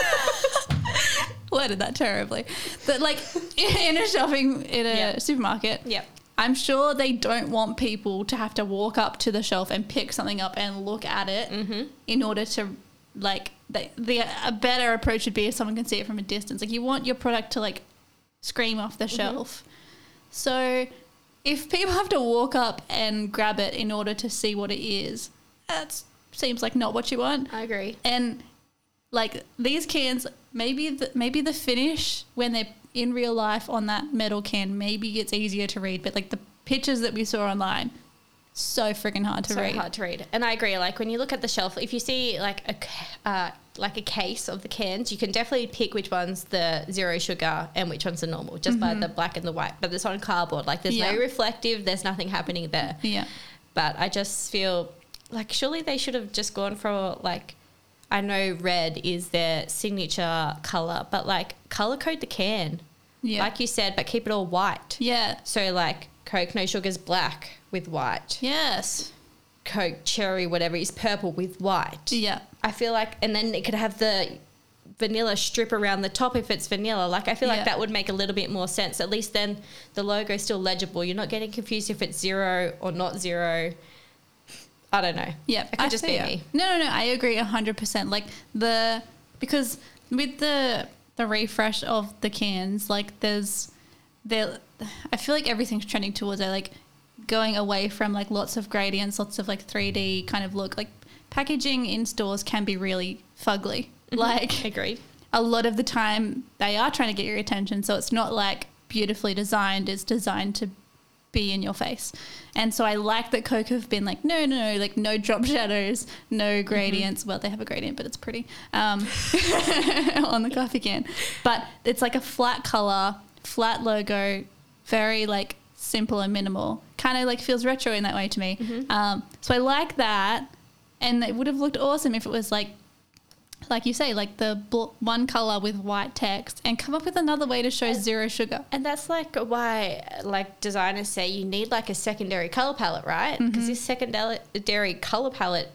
Speaker 2: Worded that terribly. But like in a shopping in a
Speaker 1: Yeah.
Speaker 2: supermarket,
Speaker 1: yeah.
Speaker 2: I'm sure they don't want people to have to walk up to the shelf and pick something up and look at it in order to like the, the a better approach would be if someone can see it from a distance. Like you want your product to like scream off the shelf. So if people have to walk up and grab it in order to see what it is, that seems like not what you want
Speaker 1: I agree.
Speaker 2: and like these cans maybe the, maybe the finish when they're in real life on that metal can maybe it's easier to read but like the pictures that we saw online so freaking hard to
Speaker 1: so
Speaker 2: read
Speaker 1: hard to read. And I agree. Like when you look at the shelf, if you see like a c- uh, like a case of the cans, you can definitely pick which ones the zero sugar and which ones are normal, just by the black and the white. But it's on cardboard. Like there's
Speaker 2: Mm-hmm. Yeah.
Speaker 1: no reflective. There's nothing happening there.
Speaker 2: yeah
Speaker 1: But I just feel like surely they should have just gone for like. I know red is their signature color, but like color code the can,
Speaker 2: yeah
Speaker 1: like you said, but keep it all white.
Speaker 2: yeah
Speaker 1: So like Coke no sugar's black with white.
Speaker 2: yes
Speaker 1: Coke cherry whatever is purple with white.
Speaker 2: yeah
Speaker 1: I feel like, and then it could have the vanilla strip around the top if it's vanilla. Like I feel
Speaker 2: Yeah.
Speaker 1: like that would make a little bit more sense. At least then the logo is still legible. You're not getting confused if it's zero or not zero. I don't know.
Speaker 2: Yeah,
Speaker 1: it could just be
Speaker 2: see
Speaker 1: me.
Speaker 2: No, no, no. I agree hundred percent. Like the because with the the refresh of the cans, like there's there. I feel like everything's trending towards it. Like going away from like lots of gradients, lots of like three D kind of look. Like packaging in stores can be really fugly. Like
Speaker 1: Mm-hmm. Agreed.
Speaker 2: a lot of the time they are trying to get your attention. So it's not like beautifully designed, it's designed to be in your face. And so I like that Coke have been like, no, no, no, like no drop shadows, no gradients. Well, they have a gradient, but it's pretty um, on the coffee can. But it's like a flat color, flat logo, very like simple and minimal. Kind of like feels retro in that way to me. Um, so I like that. And it would have looked awesome if it was like like you say, like the bl- one color with white text, and come up with another way to show zero sugar.
Speaker 1: And that's like why like designers say you need like a secondary color palette, right? Because this secondary color palette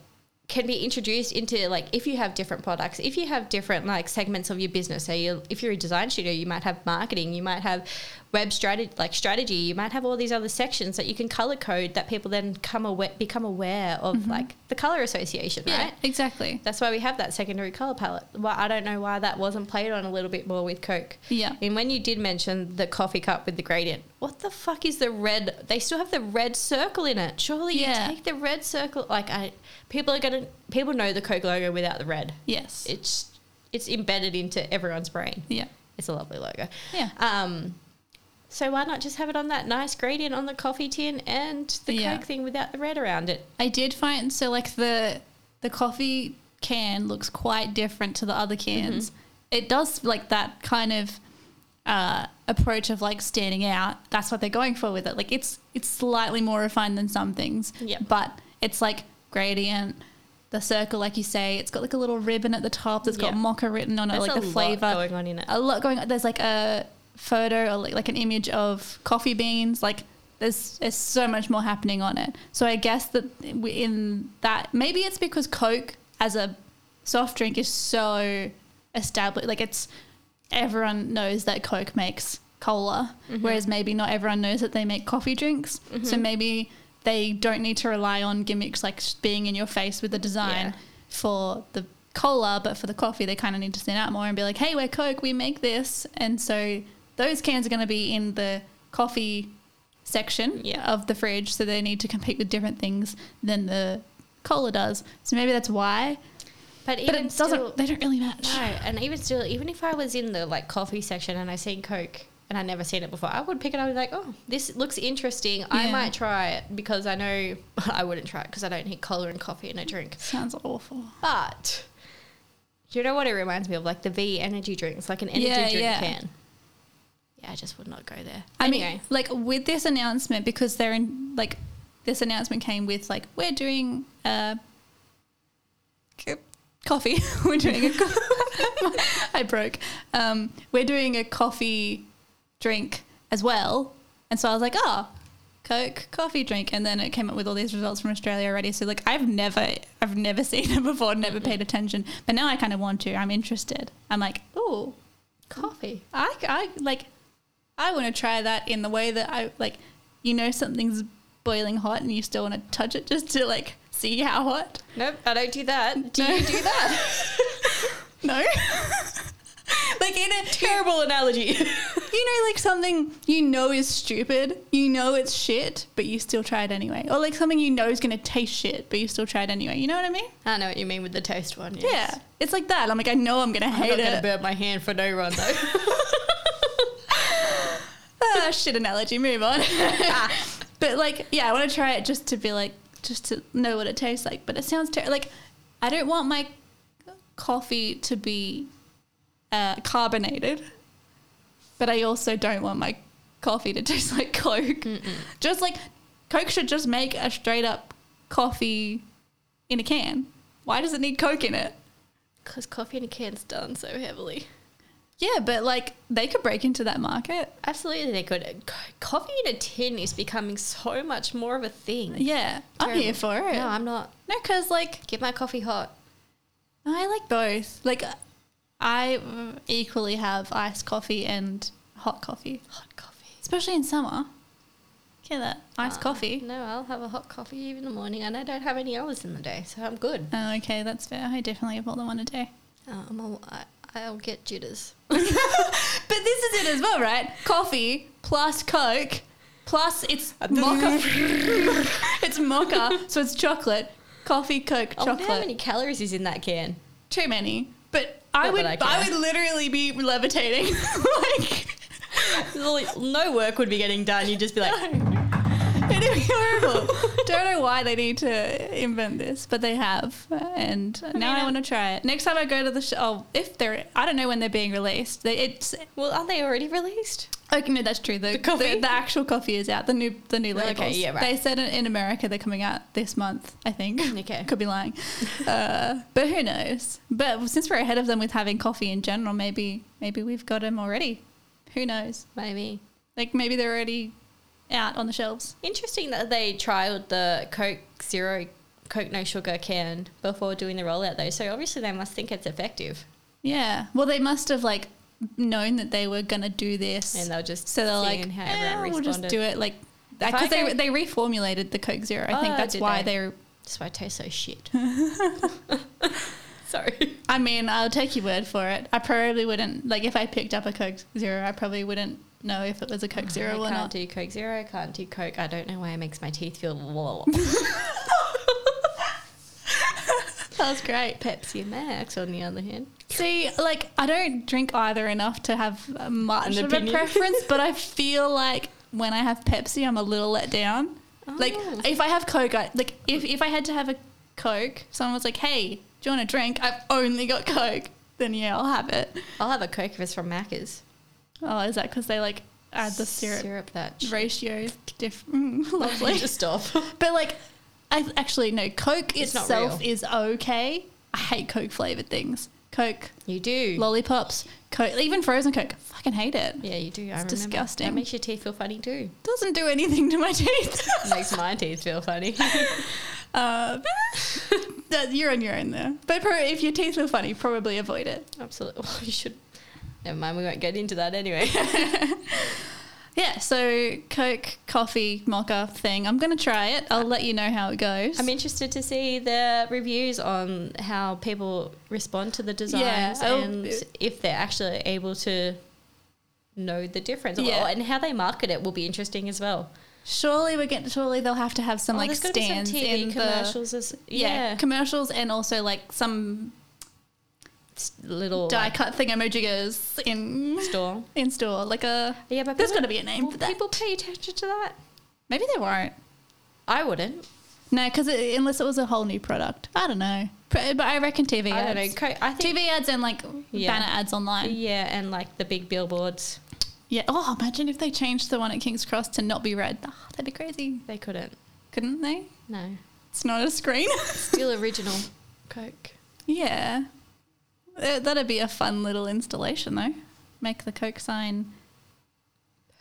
Speaker 1: can be introduced into like if you have different products, if you have different like segments of your business. So you if you're a design studio, you might have marketing, you might have web strategy like strategy, you might have all these other sections that you can color code that people then come aware become aware of like the color association, right?
Speaker 2: exactly.
Speaker 1: That's why we have that secondary color palette. Well, I don't know why that wasn't played on a little bit more with Coke.
Speaker 2: Yeah.
Speaker 1: And when you did mention the coffee cup with the gradient, what the fuck is the red? They still have the red circle in it. Surely
Speaker 2: Yeah.
Speaker 1: you take the red circle. Like I, people are gonna people know the Coke logo without the red.
Speaker 2: Yes.
Speaker 1: It's it's embedded into everyone's brain.
Speaker 2: yeah.
Speaker 1: It's a lovely logo.
Speaker 2: Yeah.
Speaker 1: Um, so why not just have it on that nice gradient on the coffee tin and the
Speaker 2: Yeah.
Speaker 1: Coke thing without the red around it?
Speaker 2: I did find so like the the coffee can looks quite different to the other cans.
Speaker 1: Mm-hmm.
Speaker 2: It does like that kind of uh, approach of like standing out. That's what they're going for with it. Like it's it's slightly more refined than some things.
Speaker 1: Yep.
Speaker 2: But it's like gradient, the circle, like you say. It's got like a little ribbon at the top that's got
Speaker 1: Yeah.
Speaker 2: mocha written on it,
Speaker 1: There's
Speaker 2: like
Speaker 1: a
Speaker 2: the
Speaker 1: lot
Speaker 2: flavor
Speaker 1: going on in it.
Speaker 2: a lot going on. There's like a photo or like, like an image of coffee beans. Like there's there's so much more happening on it. So I guess that we- in that maybe it's because Coke as a soft drink is so established. Like it's everyone knows that Coke makes cola,
Speaker 1: Mm-hmm.
Speaker 2: whereas maybe not everyone knows that they make coffee drinks. So maybe they don't need to rely on gimmicks like s- being in your face with the design
Speaker 1: Yeah.
Speaker 2: for the cola, but for the coffee, they kind of need to stand out more and be like, hey, we're Coke, we make this. And so those cans are going to be in the coffee section
Speaker 1: Yeah.
Speaker 2: of the fridge. So they need to compete with different things than the cola does. So maybe that's why.
Speaker 1: But
Speaker 2: But
Speaker 1: even
Speaker 2: it
Speaker 1: still,
Speaker 2: doesn't. they don't really match.
Speaker 1: no, and even still, even if I was in the like coffee section and I seen Coke and I never seen it before, I would pick it up and be like, oh, this looks interesting. I
Speaker 2: Yeah.
Speaker 1: might try it because I know I wouldn't try it because I don't drink cola and coffee and I drink.
Speaker 2: Sounds awful.
Speaker 1: But do you know what it reminds me of? Like the V energy drinks, like an energy
Speaker 2: Yeah,
Speaker 1: drink
Speaker 2: yeah.
Speaker 1: can. Yeah, I just would not go there.
Speaker 2: I
Speaker 1: anyway,
Speaker 2: mean, like with this announcement, because they're in like this announcement came with like we're doing uh, c- coffee. we're doing a co- I broke. Um, we're doing a coffee drink as well, and so I was like, oh, Coke coffee drink, and then it came up with all these results from Australia already. So like, I've never, I've never seen it before, never paid attention, but now I kind of want to. I'm interested. I'm like, oh,
Speaker 1: coffee.
Speaker 2: I, I like I want to try that in the way that I like you know something's boiling hot and you still want to touch it just to like see how hot.
Speaker 1: Nope, I don't do that. Do
Speaker 2: No.
Speaker 1: you do that?
Speaker 2: No. like in a
Speaker 1: Terrible analogy.
Speaker 2: you know like something you know is stupid, you know it's shit, but you still try it anyway. Or like something you know is going to taste shit, but you still try it anyway. You know what I mean?
Speaker 1: I know what you mean with the toast one.
Speaker 2: Yeah. It's like that. I'm like I know I'm going to
Speaker 1: I'm
Speaker 2: hate
Speaker 1: not going to
Speaker 2: it.
Speaker 1: burn my hand for no one though.
Speaker 2: ah, shit analogy. Move on.
Speaker 1: Ah.
Speaker 2: but like, yeah, I want to try it just to be like, just to know what it tastes like. But it sounds terrible. Like, I don't want my coffee to be uh, carbonated, but I also don't want my coffee to taste like Coke. Just like Coke should just make a straight up coffee in a can. Why does it need Coke in it?
Speaker 1: Because coffee in a can's done so heavily.
Speaker 2: Yeah, but like they could break into that market.
Speaker 1: Absolutely, they could. Co- Coffee in a tin is becoming so much more of a thing.
Speaker 2: Yeah, I'm here for it.
Speaker 1: No, I'm not.
Speaker 2: no, because like
Speaker 1: Get my coffee hot.
Speaker 2: I like both. Like, I equally have iced coffee and hot coffee,
Speaker 1: Hot coffee.
Speaker 2: especially in summer. Get that iced
Speaker 1: Ah,
Speaker 2: coffee.
Speaker 1: No, I'll have a hot coffee even in the morning, and I don't have any hours in the day, so I'm good.
Speaker 2: Oh, okay, that's fair. I definitely have more than one a day.
Speaker 1: Uh, I'm all, I, I'll get jitters.
Speaker 2: But this is it as well, right? Coffee plus Coke plus it's mocha.
Speaker 1: Oh,
Speaker 2: it's mocha, so it's chocolate. Coffee, Coke,
Speaker 1: I wonder
Speaker 2: chocolate.
Speaker 1: how many calories is in that can.
Speaker 2: Too many. But I
Speaker 1: Not
Speaker 2: would,
Speaker 1: that I
Speaker 2: I
Speaker 1: care.
Speaker 2: would literally be levitating. like.
Speaker 1: No work would be getting done. You'd just be like,
Speaker 2: It'd be horrible. Don't know why they need to invent this, but they have, and now
Speaker 1: mean,
Speaker 2: I want to try it. Next time I go to the show, oh, if they're, I don't know when they're being released. They, it's
Speaker 1: well, aren't they already released?
Speaker 2: okay. No, that's true. The the,
Speaker 1: coffee?
Speaker 2: the actual coffee is out. The new the new
Speaker 1: Okay,
Speaker 2: labels.
Speaker 1: yeah, right.
Speaker 2: They said in in America they're coming out this month. I think.
Speaker 1: Okay.
Speaker 2: Could be lying, uh, but who knows? But since we're ahead of them with having coffee in general, maybe maybe we've got them already. Who knows?
Speaker 1: Maybe.
Speaker 2: Like maybe they're already out on the shelves.
Speaker 1: Interesting that they trialed the Coke Zero, Coke No Sugar can before doing the rollout, though. So obviously they must think it's effective,
Speaker 2: Yeah. Well, they must have like known that they were gonna do this,
Speaker 1: and they'll just
Speaker 2: so they're
Speaker 1: seeing
Speaker 2: like,
Speaker 1: how
Speaker 2: "Eh,
Speaker 1: everyone
Speaker 2: we'll just
Speaker 1: responded.
Speaker 2: do it like
Speaker 1: If I
Speaker 2: because they
Speaker 1: go-
Speaker 2: they reformulated the Coke Zero. I
Speaker 1: Oh,
Speaker 2: think that's
Speaker 1: did
Speaker 2: why
Speaker 1: they?
Speaker 2: they? are
Speaker 1: That's why it tastes so shit. Sorry.
Speaker 2: I mean, I'll take your word for it. I probably wouldn't like if I picked up a Coke Zero. I probably wouldn't know if it was a Coke Zero
Speaker 1: I
Speaker 2: or
Speaker 1: can't
Speaker 2: not.
Speaker 1: do Coke Zero. I can't do Coke. I don't know why it makes my teeth feel. Blah,
Speaker 2: That was great.
Speaker 1: Pepsi Max, on the other hand,
Speaker 2: See, like I don't drink either enough to have uh, much
Speaker 1: An
Speaker 2: of a
Speaker 1: opinion.
Speaker 2: preference, but I feel like when I have Pepsi, I'm a little let down. Like
Speaker 1: Oh.
Speaker 2: if I have Coke, I, like if, if I had to have a Coke, someone was like, "Hey, do you want a drink?" I've only got Coke. Then yeah, I'll have it.
Speaker 1: I'll have a Coke if it's from Macca's.
Speaker 2: Oh, is that because they like add the syrup
Speaker 1: Syrup that. shit.
Speaker 2: ratio? Diff- mm, lovely.
Speaker 1: Just off.
Speaker 2: But like, I actually no. Coke
Speaker 1: It's not
Speaker 2: itself
Speaker 1: real.
Speaker 2: is okay. I hate Coke flavored things. Coke
Speaker 1: You do.
Speaker 2: lollipops, Coke, even frozen Coke. Fucking hate it.
Speaker 1: yeah, you do. I remember.
Speaker 2: disgusting.
Speaker 1: That makes your teeth feel funny too.
Speaker 2: Doesn't do anything to my teeth.
Speaker 1: makes my teeth feel funny.
Speaker 2: uh, that- you're on your own there. But pro- if your teeth feel funny, probably avoid it.
Speaker 1: Absolutely. Well, you should. Never mind. We won't get into that anyway.
Speaker 2: Yeah. So Coke, coffee, mocha thing. I'm gonna try it. I'll let you know how it goes.
Speaker 1: I'm interested to see the reviews on how people respond to the designs
Speaker 2: I'll-
Speaker 1: and if they're actually able to know the difference.
Speaker 2: Yeah.
Speaker 1: Oh, and how they market it will be interesting as well.
Speaker 2: Surely we get. Surely they'll have to have some
Speaker 1: Oh,
Speaker 2: like
Speaker 1: there's gotta be some
Speaker 2: stands
Speaker 1: TV
Speaker 2: in the
Speaker 1: commercials. as, yeah,
Speaker 2: commercials and also like some
Speaker 1: s- little
Speaker 2: die
Speaker 1: like,
Speaker 2: cut thingamajiggas in
Speaker 1: store.
Speaker 2: in store. Like a
Speaker 1: Yeah, but
Speaker 2: there's
Speaker 1: people-
Speaker 2: got to be a name
Speaker 1: will
Speaker 2: for that.
Speaker 1: people pay attention to that.
Speaker 2: Maybe they won't.
Speaker 1: I wouldn't.
Speaker 2: No, because unless it was a whole new product, I don't know. Pr- But I reckon TV
Speaker 1: I
Speaker 2: ads.
Speaker 1: don't know. Co- I think
Speaker 2: TV ads and like
Speaker 1: Yeah.
Speaker 2: banner ads online.
Speaker 1: yeah, and like the big billboards,
Speaker 2: Yeah. Oh, imagine if they changed the one at King's Cross to not be red. Ah, that'd be crazy.
Speaker 1: they couldn't.
Speaker 2: Couldn't they?
Speaker 1: No,
Speaker 2: It's not a screen.
Speaker 1: still original Coke.
Speaker 2: yeah. Uh, That'd be a fun little installation though. Make the Coke sign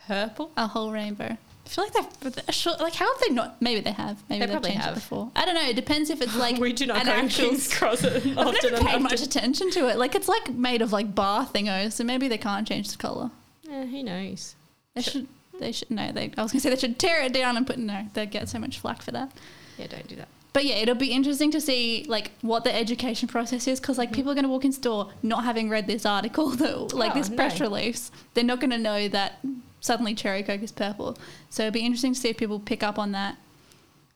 Speaker 1: Purple.
Speaker 2: a whole rainbow. I feel like they've but they're sure, like how have they not? Maybe they have. Maybe
Speaker 1: They
Speaker 2: they have
Speaker 1: probably
Speaker 2: changed
Speaker 1: have.
Speaker 2: it before. I don't know. It depends if it's like
Speaker 1: we do not
Speaker 2: an
Speaker 1: go to
Speaker 2: actual
Speaker 1: King's Cross often
Speaker 2: I've never paid
Speaker 1: enough
Speaker 2: much
Speaker 1: to-
Speaker 2: attention to it. Like it's like made of like bar thingos, so maybe they can't change the color.
Speaker 1: Yeah, who knows?
Speaker 2: They
Speaker 1: Sure.
Speaker 2: should. They should. No, they. I was gonna say they should tear it down and put. No, they get so much flack for that.
Speaker 1: Yeah, don't do that.
Speaker 2: But yeah, it'll be interesting to see like what the education process is
Speaker 1: Mm-hmm.
Speaker 2: because like people are going to walk in store not having read this article, though, like
Speaker 1: Oh,
Speaker 2: this press
Speaker 1: no.
Speaker 2: release. They're not going to know that suddenly cherry coke is purple. So it'll be interesting to see if people pick up on that.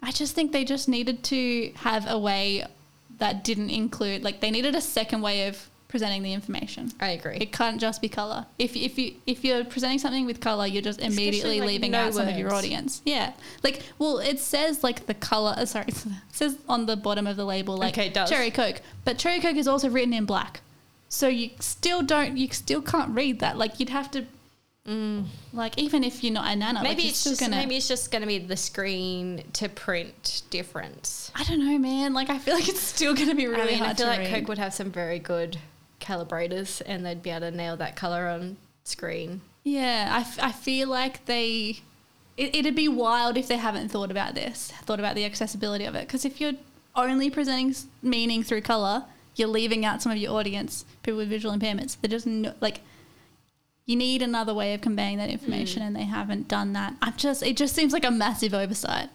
Speaker 2: I just think they just needed to have a way that didn't include like they needed a second way of presenting the information.
Speaker 1: I agree.
Speaker 2: It can't just be color. If if you if you're presenting something with color, you're just
Speaker 1: Especially,
Speaker 2: immediately
Speaker 1: like,
Speaker 2: leaving
Speaker 1: no
Speaker 2: out some of your
Speaker 1: words.
Speaker 2: audience. Yeah, like well, it says like the color. Uh, sorry, it says on the bottom of the label like
Speaker 1: Okay, it does.
Speaker 2: cherry coke, but cherry coke is also written in black, so you still don't you still can't read that. Like you'd have to. Like even if you're not a nana,
Speaker 1: Mm. maybe
Speaker 2: like, you're
Speaker 1: it's
Speaker 2: still
Speaker 1: just
Speaker 2: gonna,
Speaker 1: maybe it's just gonna be the screen to print difference.
Speaker 2: I don't know, man. Like I feel like it's still gonna be really
Speaker 1: I mean,
Speaker 2: hard
Speaker 1: I feel
Speaker 2: to
Speaker 1: like
Speaker 2: read.
Speaker 1: Coke would have some very good calibrators, and they'd be able to nail that color on screen.
Speaker 2: Yeah, I, f- I feel like they. It, it'd be wild if they haven't thought about this, thought about the accessibility of it. Because if you're only presenting s- meaning through color, you're leaving out some of your audience, people with visual impairments. They're just no, like, you need another way of conveying that information, and they haven't done that. I'm just, it just seems like a massive oversight.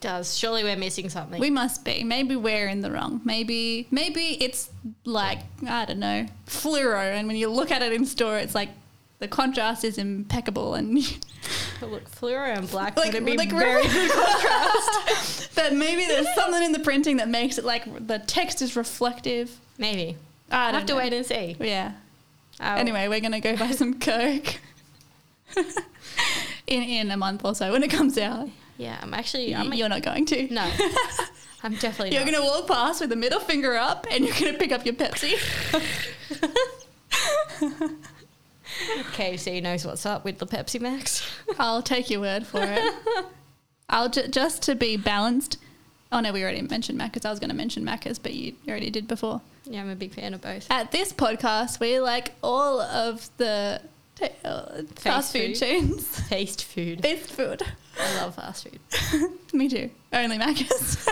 Speaker 1: Does surely we're missing something?
Speaker 2: We must be. Maybe we're in the wrong. Maybe maybe it's like I don't know fluoro, and when you look at it in store, it's like the contrast is impeccable, and
Speaker 1: But look, fluoro and black
Speaker 2: Like-
Speaker 1: would be
Speaker 2: like
Speaker 1: very good contrast.
Speaker 2: but maybe there's something in the printing that makes it like the text is reflective.
Speaker 1: Maybe.
Speaker 2: I
Speaker 1: I'd
Speaker 2: don't
Speaker 1: have to
Speaker 2: know.
Speaker 1: wait and see.
Speaker 2: Yeah.
Speaker 1: I'll-
Speaker 2: Anyway, we're gonna go buy some coke in in a month or so when it comes out.
Speaker 1: yeah, I'm actually. I'm
Speaker 2: you're not going to.
Speaker 1: no, I'm definitely.
Speaker 2: You're
Speaker 1: not.
Speaker 2: gonna walk past with the middle finger up, and you're gonna pick up your Pepsi.
Speaker 1: KFC knows what's up with the Pepsi Max.
Speaker 2: I'll take your word for it. I'll ju- just to be balanced. Oh no, we already mentioned Macca's. I was going to mention Macca's, but you you already did before.
Speaker 1: yeah, I'm a big fan of both.
Speaker 2: At this podcast, we like all of the ta- uh, fast food,
Speaker 1: food.
Speaker 2: chains.
Speaker 1: Taste food.
Speaker 2: Fast food.
Speaker 1: I love fast food.
Speaker 2: Me too. Only Macca's.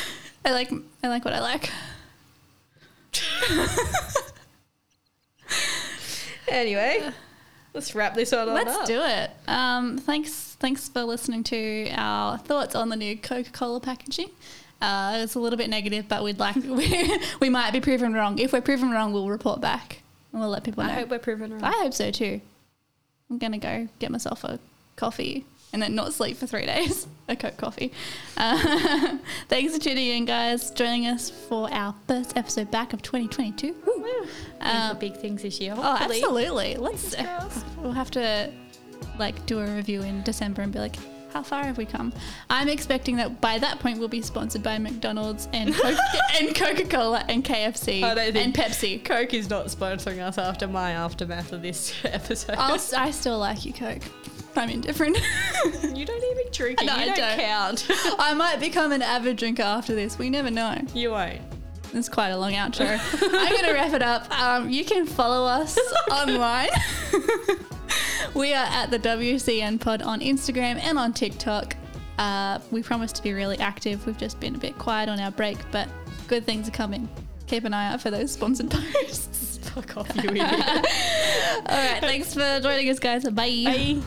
Speaker 2: I like I like what I like.
Speaker 1: Anyway, let's wrap this one
Speaker 2: Let's do it. Um, thanks, thanks for listening to our thoughts on the new Coca-Cola packaging. Uh, it's a little bit negative, but we'd like we, we might be proven wrong. If we're proven wrong, we'll report back and we'll let people know.
Speaker 1: I hope we're proven wrong.
Speaker 2: I hope so too. I'm gonna go get myself a coffee and then not sleep for three days. A Coke coffee. Uh, thanks for tuning in, guys. Joining us for our first episode back of 2022. Woo. Um,
Speaker 1: Um, big things this year.
Speaker 2: Oh,
Speaker 1: hopefully.
Speaker 2: absolutely. Let's.
Speaker 1: girls.
Speaker 2: We'll have to like do a review in December and be like, how far have we come? I'm expecting that by that point we'll be sponsored by McDonald's and Coke- and Coca Cola and KFC
Speaker 1: I don't
Speaker 2: and
Speaker 1: think-
Speaker 2: Pepsi.
Speaker 1: Coke is not sponsoring us after my aftermath of this episode.
Speaker 2: I'll, I still like you, Coke. I'm indifferent.
Speaker 1: you don't even drink it.
Speaker 2: No,
Speaker 1: you
Speaker 2: I
Speaker 1: don't,
Speaker 2: don't.
Speaker 1: count.
Speaker 2: I might become an avid drinker after this. We never know.
Speaker 1: you won't.
Speaker 2: It's quite a long outro. I'm going to wrap it up. Um, you can follow us online. we are at the WCN Pod on Instagram and on TikTok. Uh, we promise to be really active. We've just been a bit quiet on our break, but good things are coming. Keep an eye out for those sponsored posts.
Speaker 1: Fuck off, you idiot.
Speaker 2: All right, thanks for joining us, guys. Bye.
Speaker 1: Bye.